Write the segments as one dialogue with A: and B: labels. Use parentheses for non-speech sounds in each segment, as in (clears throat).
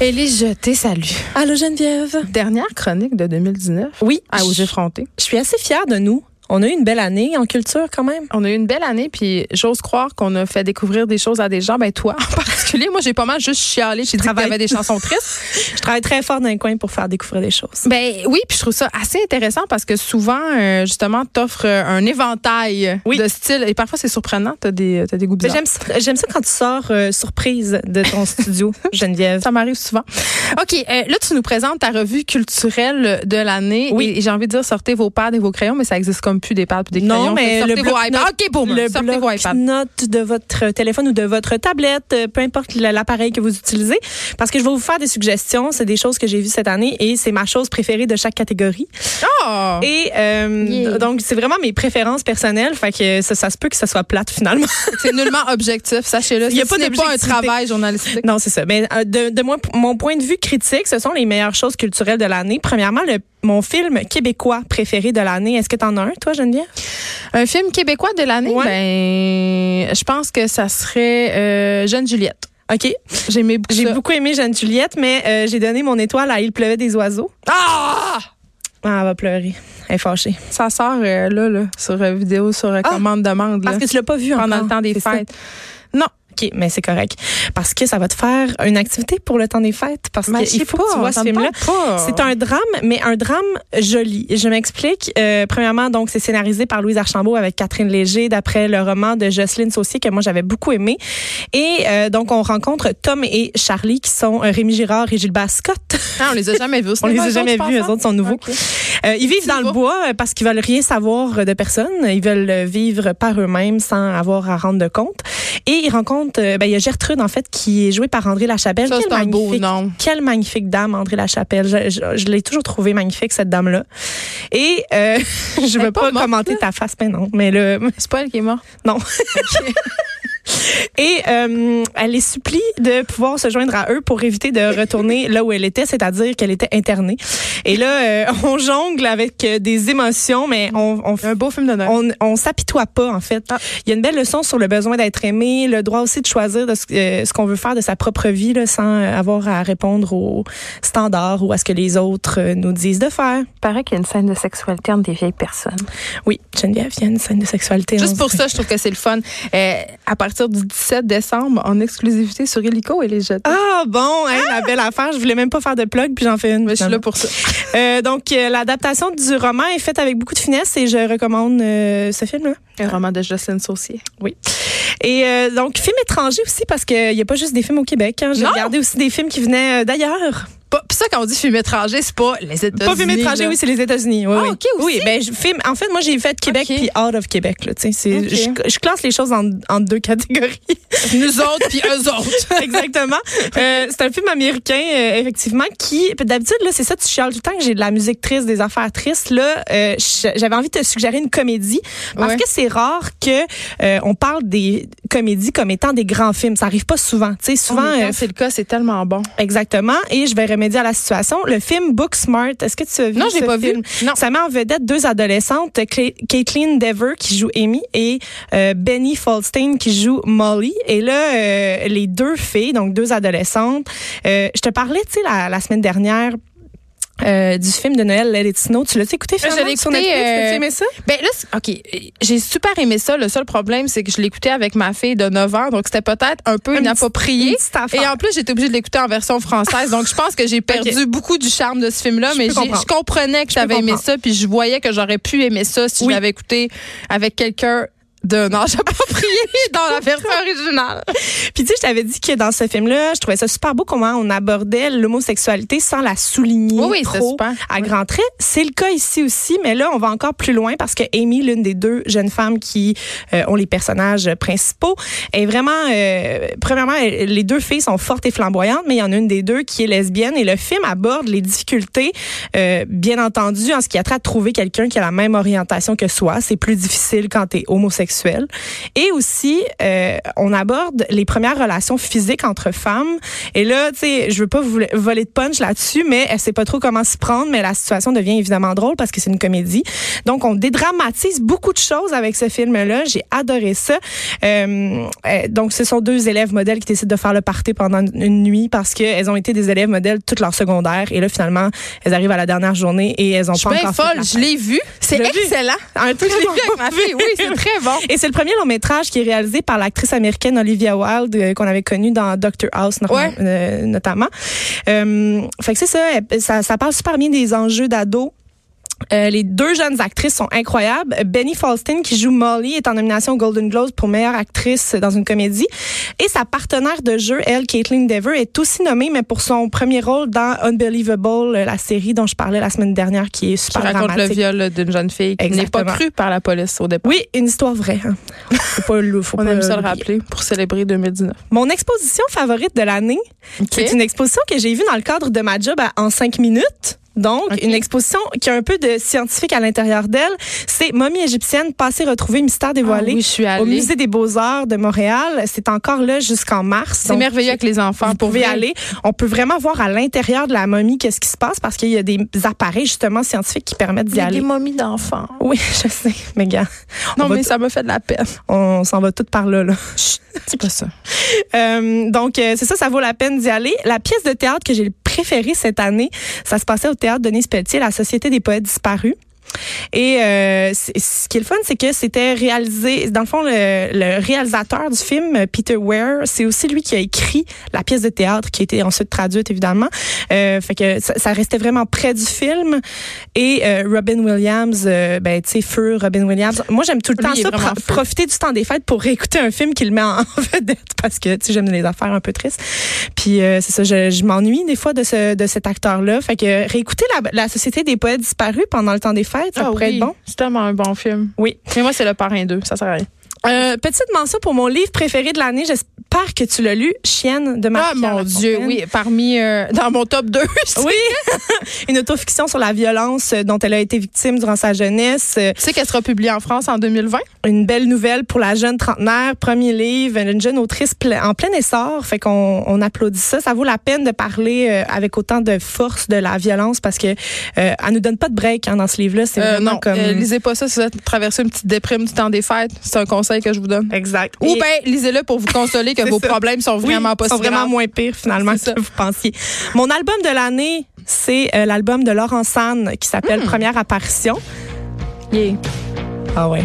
A: Élise Jeté, salut.
B: Allô Geneviève.
A: Dernière chronique de 2019.
B: Oui.
A: À Osée Fronté.
B: Je suis assez fière de nous. On a eu une belle année en culture quand même.
A: On a eu une belle année, puis j'ose croire qu'on a fait découvrir des choses à des gens. Ben toi, (laughs) en particulier, moi j'ai pas mal juste chialé. J'ai dit qu'il y
B: travaille.
A: avait des chansons tristes.
B: Je travaille très fort dans un coin pour faire découvrir des choses.
A: (laughs) Ben oui, puis je trouve ça assez intéressant parce que souvent, euh, justement, t'offres euh, un éventail
B: Oui.
A: de styles et parfois c'est surprenant. T'as des, t'as des goûts
B: Mais
A: bizarres.
B: J'aime ça, j'aime ça quand tu sors euh, surprise de
A: (laughs)
B: ton studio, Geneviève.
A: Ça m'arrive souvent. OK, euh, là, tu nous présentes ta revue culturelle de l'année.
B: Oui.
A: Et, et j'ai envie de dire, sortez vos pads et vos crayons, mais ça existe comme plus des pads et des crayons.
B: Non, mais
A: Fait que
B: le
A: sortez vos
B: bloc-notes-
A: iPads. OK, boom,
B: le
A: sortez vos iPads.
B: bloc-notes de votre téléphone ou de votre tablette, euh, peu importe la- l'appareil que vous utilisez, parce que je vais vous faire des suggestions. C'est des choses que j'ai vues cette année et c'est ma chose préférée de chaque catégorie.
A: Ah!
B: Et euh,
A: Yeah.
B: donc c'est vraiment mes préférences personnelles. Fait que ça, ça se peut que ça soit plate finalement.
A: C'est nullement objectif, sachez-le.
B: Il y a
A: Ce
B: pas
A: n'est pas un
B: d'objectivité.
A: travail journalistique.
B: Non, c'est ça. Mais euh, de, de moi- mon point de vue critique, ce sont les meilleures choses culturelles de l'année. Premièrement, le, mon film québécois préféré de l'année. Est-ce que t'en as un, toi, Geneviève?
A: Un film québécois de l'année,
B: Ouais.
A: ben, je pense que ça serait euh, Jeune Juliette.
B: OK.
A: J'aimais beaucoup
B: J'ai
A: ça.
B: beaucoup aimé Jeanne-Juliette, mais euh, j'ai donné mon étoile à Il pleuvait des oiseaux.
A: Ah!
B: Ah, elle va pleurer. Elle est fâchée.
A: Ça sort euh, là, là, sur euh, vidéo, sur euh,
B: Ah!
A: commande demande, là,
B: Parce que tu l'as pas vu
A: pendant
B: encore.
A: le temps des
B: c'est ça.
A: fêtes. Non,
B: OK, mais c'est correct. Parce que ça va te faire une activité pour le temps des fêtes. Parce
A: mais
B: qu'il faut que tu vois ce film-là. C'est un drame, mais un drame joli. Je m'explique. Euh, premièrement, donc, c'est scénarisé par Louise Archambault avec Catherine Léger, d'après le roman de Jocelyne Saucier que moi j'avais beaucoup aimé. Et euh, donc, on rencontre Tom et Charlie qui sont euh, Rémi Girard et Gilbert Scott.
A: Ah, on les a jamais vus. au
B: on les
A: cinéma,
B: a
A: eux
B: jamais
A: autres,
B: vus,
A: je
B: les
A: pense,
B: autres sont
A: hein?
B: nouveaux.
A: Ok.
B: Euh, ils vivent
A: C'est
B: dans le
A: beau.
B: bois euh, parce qu'ils veulent rien savoir de personne. Ils veulent euh, vivre par eux-mêmes sans avoir à rendre de compte. Et ils rencontrent, euh, ben, il y a Gertrude en fait qui est jouée par André Lachapelle.
A: Ça,
B: Quelle
A: c'est un beau
B: magnifique-
A: nom.
B: quelle magnifique dame, André Lachapelle. Je, je- je l'ai toujours trouvée magnifique, cette dame-là. Et euh, (laughs) je
A: Elle
B: veux
A: est pas
B: pas,
A: morte,
B: commenter ta face, mais non. Mais le,
A: C'est pas elle qui est morte.
B: non. Et euh, elle les supplie de pouvoir se joindre à eux pour éviter de retourner là où elle était, c'est-à-dire qu'elle était internée. Et là, euh, (laughs) on jongle avec euh, des émotions, mais on, on
A: Un beau film d'honneur.
B: on, on s'apitoie pas, en fait.
A: Ah.
B: Il y a une belle leçon sur le besoin d'être aimé, le droit aussi de choisir de ce, euh, ce qu'on veut faire de sa propre vie, là, sans euh, avoir à répondre aux standards ou à ce que les autres euh, nous disent de faire.
C: paraît qu'il y a une scène de sexualité entre des vieilles personnes.
B: Oui, Geneviève, il y a une scène de sexualité.
A: Juste
B: on
A: pour
B: dirait.
A: ça, je trouve que c'est le fun. Euh, à partir du 17 décembre, en exclusivité sur Illico et les jetés.
B: Ah bon, hein, la belle affaire. Je voulais même pas faire de plug, puis j'en fais une.
A: Mais je suis
B: finalement.
A: là pour ça.
B: Euh, donc, euh, l'adaptation du roman est faite avec beaucoup de finesse et je recommande euh, ce film-là.
A: Un roman de Jocelyne Saucier.
B: Oui. Et euh, donc, film étranger aussi, parce qu'il n'y a pas juste des films au Québec. hein. J'ai
A: Non.
B: regardé aussi des films qui venaient euh, d'ailleurs.
A: Pas- Puis ça, quand on dit film étranger, c'est pas les États-Unis.
B: Pas film étranger,
A: là.
B: oui, c'est les États-Unis. Oui,
A: Ah,
B: oui.
A: OK, aussi?
B: Oui, ben, je- film, en fait, moi, j'ai fait Québec
A: OK.
B: puis out of Québec. Là, tu sais, c'est-
A: OK.
B: je, je classe les choses en, en deux
A: (laughs)
B: catégories.
A: Nous autres, puis eux autres.
B: Exactement. Euh, c'est un film américain, euh, effectivement, qui, d'habitude, là, c'est ça, tu chiales tout le temps que j'ai de la musique triste, des affaires tristes. Là, euh, je- j'avais envie de te suggérer une comédie parce
A: Ouais.
B: que c'est rare que euh, on parle des comédies comme étant des grands films. Ça arrive pas souvent. Tu sais, souvent,
A: Souvent,
B: euh,
A: quand c'est le cas, c'est tellement bon.
B: exactement. Et je vais remédier à la situation. Le film Booksmart, est-ce que tu as vu
A: Non, j'ai
B: ce
A: pas vu.
B: film?
A: Non.
B: Ça met en vedette deux adolescentes, Cla- Caitlin Dever qui joue Amy et euh, Benny Falstein qui joue Molly. Et là, euh, les deux filles, donc deux adolescentes, euh, je te parlais, tu sais, la, la semaine dernière. euh, du film de Noël Let It Snow. Tu l'as-tu écouté, finalement,
A: je l'ai
B: sur
A: écouté,
B: Netflix?
A: euh,
B: T'as-tu aimé ça?
A: Ben là, c'est- OK, j'ai super aimé ça. Le seul problème, c'est que je l'écoutais avec ma fille de 9 ans, donc c'était peut-être un peu
B: Un petit- une
A: inapproprié.
B: petite affaire.
A: Et en plus, j'étais obligée de l'écouter en version française, donc je pense que j'ai perdu
B: (laughs) Ok.
A: beaucoup du charme de ce film-là,
B: Je
A: mais
B: peux
A: j'ai-
B: comprendre.
A: je comprenais que j'avais aimé
B: comprendre.
A: ça, puis je voyais que j'aurais pu aimer ça si
B: Oui.
A: je l'avais écouté avec quelqu'un d'un âge (laughs) approprié dans la
B: (laughs)
A: version originale.
B: Puis tu sais, je t'avais dit que dans ce film-là, je trouvais ça super beau comment on abordait l'homosexualité sans la souligner
A: Oui, oui, c'était
B: trop
A: super.
B: à
A: Oui.
B: grands traits. C'est le cas ici aussi, mais là, on va encore plus loin parce que Amy, l'une des deux jeunes femmes qui euh, ont les personnages principaux, est vraiment... euh, premièrement, elle- les deux filles sont fortes et flamboyantes, mais il y en a une des deux qui est lesbienne et le film aborde les difficultés, euh, bien entendu, en ce qui a trait à trouver quelqu'un qui a la même orientation que soi. C'est plus difficile quand t'es homosexuel sexuelle. Et aussi, euh, on aborde les premières relations physiques entre femmes. Et là, tu sais, je veux pas vous voler de punch là-dessus, mais elle sait pas trop comment s'y prendre, mais la situation devient évidemment drôle parce que c'est une comédie. Donc, on dédramatise beaucoup de choses avec ce film-là. J'ai adoré ça. Euh, euh, donc, ce sont deux élèves modèles qui décident de faire le party pendant une nuit parce qu'elles ont été des élèves modèles toute leur secondaire. Et là, finalement, elles arrivent à la dernière journée et elles ont
A: Je suis
B: pas
A: bien
B: encore fait
A: folle,
B: la
A: je l'ai vu. C'est
B: Tu l'as vu?
A: excellent.
B: Un
A: Je (laughs)
B: très
A: l'ai vu avec
B: bon
A: ma fille. Oui, c'est très bon.
B: Et c'est le premier long métrage qui est réalisé par l'actrice américaine Olivia Wilde euh, qu'on avait connue dans Doctor House norma-
A: Ouais.
B: euh, notamment. Euh, fait que c'est ça, elle- ça, ça parle super bien des enjeux d'ados. Euh, les deux jeunes actrices sont incroyables. Benny Falstin, qui joue Molly, est en nomination au Golden Globes pour meilleure actrice dans une comédie. Et sa partenaire de jeu, elle, Caitlin Dever, est aussi nommée, mais pour son premier rôle dans Unbelievable, euh, la série dont je parlais la semaine dernière, qui est
A: Qui
B: super
A: raconte le
B: dramatique.
A: viol d'une jeune fille qui n'est pas
B: Exactement.
A: crue par la police au départ.
B: Oui, une histoire vraie. hein. Faut pas, le- faut
A: On
B: pas
A: aime ça le
B: l'oublier.
A: rappeler pour célébrer 2019.
B: Mon exposition favorite de l'année, c'est une exposition que j'ai vue dans le cadre de ma job à- en cinq minutes. Donc,
A: Ok.
B: une exposition qui a un peu de scientifique à l'intérieur d'elle. C'est Momie égyptienne, passé retrouvé, mystère
A: Ah
B: dévoilé.
A: oui, je suis allée.
B: Au musée des Beaux-Arts de Montréal, c'est encore là jusqu'en mars.
A: C'est
B: Donc,
A: merveilleux avec les enfants.
B: vous
A: pour
B: pouvez
A: vrai.
B: aller. On peut vraiment voir à l'intérieur de la momie qu'est-ce qui se passe parce qu'il y a des appareils justement scientifiques qui permettent
A: Il y
B: d'y
A: a des
B: aller.
A: momies d'enfants.
B: Oui, (laughs) je sais, mais gars,
A: Non,
B: On va
A: mais ça me fait de la peine.
B: on s'en va toutes par là, là.
A: C'est pas ça.
B: Euh, donc, euh, c'est ça, ça vaut la peine d'y aller. La pièce de théâtre que j'ai préférée cette année, ça se passait au théâtre Denise Pelletier, La Société des poètes disparus. Et euh, c'est- ce qui est le fun, c'est que c'était réalisé, dans le fond, le, le réalisateur du film, euh, Peter Ware, c'est aussi lui qui a écrit la pièce de théâtre qui a été ensuite traduite, évidemment. Euh, fait que ça, ça restait vraiment près du film. Et euh, Robin Williams, euh, ben, tu sais, feu, Robin Williams. Moi, j'aime tout le
A: Lui,
B: temps
A: il est
B: ça,
A: vraiment
B: pro-
A: feu.
B: profiter du temps des fêtes pour réécouter un film qui le met en (laughs) vedette parce que, tu sais, j'aime les affaires un peu tristes. Puis euh, c'est ça, je, je m'ennuie des fois de, ce, de cet acteur-là. Fait que euh, réécouter la, la Société des poètes disparus pendant le temps des fêtes, ça
A: Ah
B: pourrait
A: oui,
B: être bon.
A: C'est tellement un bon film.
B: Oui.
A: Mais moi, c'est le parrain 2. Ça sert à rien.
B: Euh, petite mention pour mon livre préféré de l'année. J'espère que tu l'as lu, Chienne de
A: Ah,
B: Marc.
A: mon Dieu, oui. Parmi, euh, dans mon top (laughs) 2.
B: Oui, (laughs) une autofiction sur la violence euh, dont elle a été victime durant sa jeunesse. Euh,
A: Tu sais qu'elle sera publiée en France en 2020?
B: Une belle nouvelle pour la jeune trentenaire, premier livre, une jeune autrice ple- en plein essor. Fait qu'on on applaudit ça. Ça vaut la peine de parler euh, avec autant de force de la violence parce que euh, elle nous donne pas de break hein, dans ce livre-là. C'est
A: Euh,
B: vraiment
A: non,
B: comme
A: euh, lisez pas ça si vous êtes traversé une petite déprime du temps des fêtes. C'est un conseil que je vous donne.
B: exact.
A: Ou
B: Et-
A: bien, lisez-le pour vous consoler que
B: (laughs) C'est
A: vos
B: ça.
A: problèmes sont
B: Oui,
A: vraiment pas
B: sont
A: si
B: vraiment
A: graves.
B: moins pires finalement
A: C'est
B: que vous pensiez. Mon album de l'année, c'est euh, l'album de Laurent San qui s'appelle
A: Hmm.
B: Première apparition.
A: Yeah.
B: Ah ouais.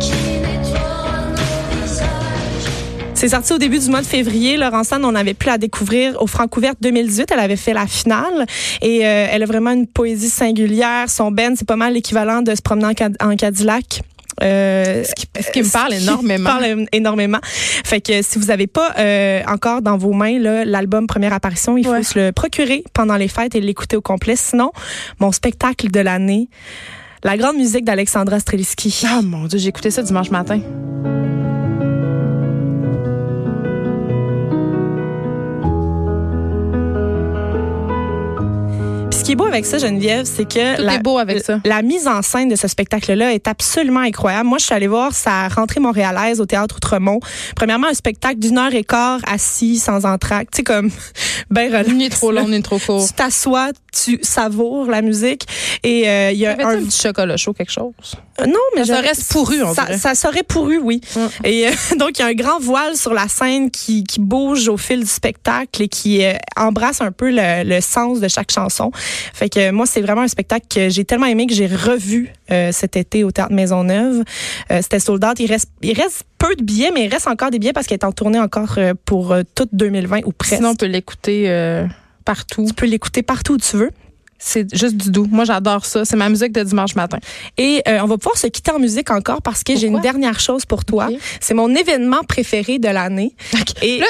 D: Qui nettoie nos visages
B: C'est sorti au début du mois de février. Laurent San, on avait pu la découvrir au Francouverte 2018. Elle avait fait la finale et euh, elle a vraiment une poésie singulière. Son ben, c'est pas mal l'équivalent de se promener en, Cad- en Cadillac. Euh,
A: Ce qui, ce qui me parle
B: qui
A: énormément.
B: parle énormément. Fait que si vous n'avez pas euh, encore dans vos mains là, l'album Première Apparition, il faut
A: Ouais.
B: se le procurer pendant les fêtes et l'écouter au complet. Sinon, mon spectacle de l'année, la grande musique
A: (laughs)
B: d'Alexandra Streliski.
A: Ah mon Dieu, j'ai écouté ça dimanche matin.
B: Puis ce qui est beau avec ça, Geneviève, c'est que
A: Tout
B: la,
A: est beau avec ça.
B: la mise en scène de ce spectacle-là est absolument incroyable. Moi, je suis allée voir sa rentrée montréalaise au Théâtre Outremont. Premièrement, un spectacle d'une heure et quart assis, sans entracte. Tu sais, comme, (laughs) ben relax.
A: Ni trop long, ni trop court.
B: tu t'assois, tu savoures la musique et euh, il y a
A: Avais-tu
B: un
A: un petit chocolat chaud, quelque chose?
B: Euh, non mais
A: Ça
B: j'aurais-
A: reste pourru, on
B: ça,
A: dirait.
B: ça serait pourru oui.
A: Mm.
B: Et euh, (laughs) donc il y a un grand voile sur la scène qui, qui bouge au fil du spectacle et qui euh, embrasse un peu le, le sens de chaque chanson. Fait que euh, moi c'est vraiment un spectacle que j'ai tellement aimé que j'ai revu euh, cet été au théâtre Maisonneuve. Euh, c'était sold out, il reste il reste peu de billets mais il reste encore des billets parce qu'elle est en tournée encore euh, pour euh, toute 2020 ou presque.
A: Sinon, on peut l'écouter euh, partout.
B: tu peux l'écouter partout où tu veux.
A: C'est juste du doux. Moi, j'adore ça. C'est ma musique de dimanche matin.
B: Et euh, on va pouvoir se quitter en musique encore parce que j'ai
A: Pourquoi?
B: une dernière chose pour toi.
A: Ok.
B: C'est mon événement préféré de l'année. Et
A: Là,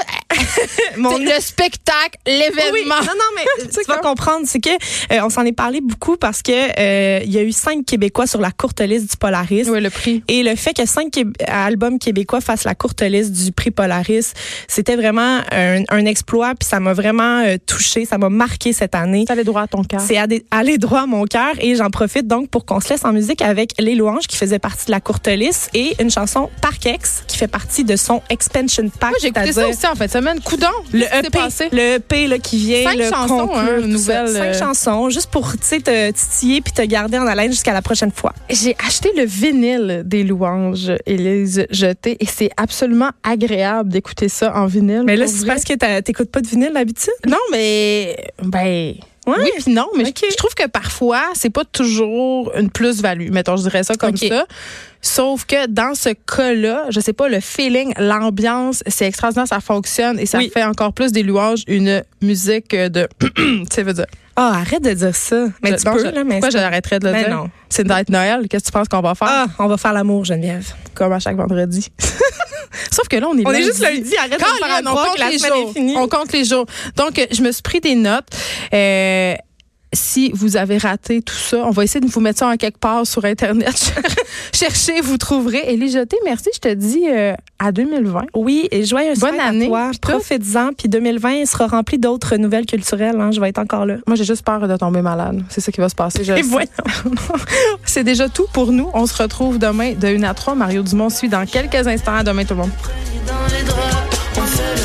B: (laughs) mon
A: Le spectacle,
B: Oui,
A: l'événement. (laughs)
B: non, non, mais euh, tu vas comprendre, c'est que euh, on s'en est parlé beaucoup parce que euh, il y a eu cinq Québécois sur la courte liste du Polaris.
A: Oui, le prix.
B: Et le fait que cinq Qué- albums québécois fassent la courte liste du prix Polaris, c'était vraiment un, un exploit, puis euh, ça m'a vraiment touché, ça m'a marqué cette année.
A: T'as les droits à ton cœur.
B: C'est allé- allé droit à mon cœur et j'en profite donc pour qu'on se laisse en musique avec Les Louanges qui faisait partie de la courte liste et une chanson Park X qui fait partie de son Expansion Pack.
A: Moi, j'ai écouté ça
B: c'est-à-dire
A: aussi en fait. Semaine, coudon.
B: le E
A: Qu'est-ce qui s'est
B: EP,
A: passé?
B: le EP là, qui vient
A: Cinq
B: le
A: chansons,
B: conclure
A: hein,
B: tout ça.
A: nouvelles,
B: Cinq
A: euh,
B: chansons, juste pour tu sais, te titiller puis te garder en haleine jusqu'à la prochaine fois.
A: J'ai acheté le vinyle des louanges, Élise Jeté, et c'est absolument agréable d'écouter ça en vinyle.
B: Mais là,
A: pour
B: c'est
A: vrai.
B: parce que t'as- t'écoutes pas de vinyle d'habitude?
A: Non, mais. Ben.
B: Ouais.
A: Oui, puis non, mais je-
B: Ok.
A: je, trouve que parfois, c'est pas toujours une plus-value. Mettons, je dirais ça comme
B: Ok.
A: ça. Sauf que dans ce cas-là, je sais pas, le feeling, l'ambiance, c'est extraordinaire, ça fonctionne et ça
B: Oui.
A: fait encore plus des louanges une musique de. (clears throat) tu sais, veut dire.
B: Ah, arrête de dire ça. Mais
A: Je-
B: tu
A: non,
B: peux,
A: je-
B: là, mais
A: Pourquoi
B: c'est-
A: j'arrêterais de le
B: Ben
A: dire?
B: non.
A: C'est d'être Noël. Qu'est-ce que tu penses qu'on va faire?
B: Ah, on va faire l'amour, Geneviève.
A: comme à chaque vendredi. Sauf que là, on est
B: On est
A: lundi.
B: juste lundi, arrête de me faire
A: Colin, on
B: croire que
A: compte
B: la
A: les
B: semaine
A: jours.
B: est finie.
A: On compte les jours. Donc, euh, je me suis pris des notes. Euh, si vous avez raté tout ça, on va essayer de vous mettre ça en quelque part sur Internet. (laughs) Cherchez, vous trouverez. Et les jeter, merci, je te dis euh, à 2020.
B: Oui, et joyeuse
A: Bonne
B: fête
A: année,
B: à toi.
A: puis tout.
B: Profites-en, puis 2020 il sera rempli d'autres nouvelles culturelles. hein. Je vais être encore là.
A: Moi, j'ai juste peur de tomber malade. C'est ça qui va se passer. je le
B: Et
A: sais.
B: voyons.
A: (laughs) C'est déjà tout pour nous. On se retrouve demain de 1 à 3. Mario Dumont suit dans quelques instants. À demain, tout le monde.
D: Dans les draps, on fait le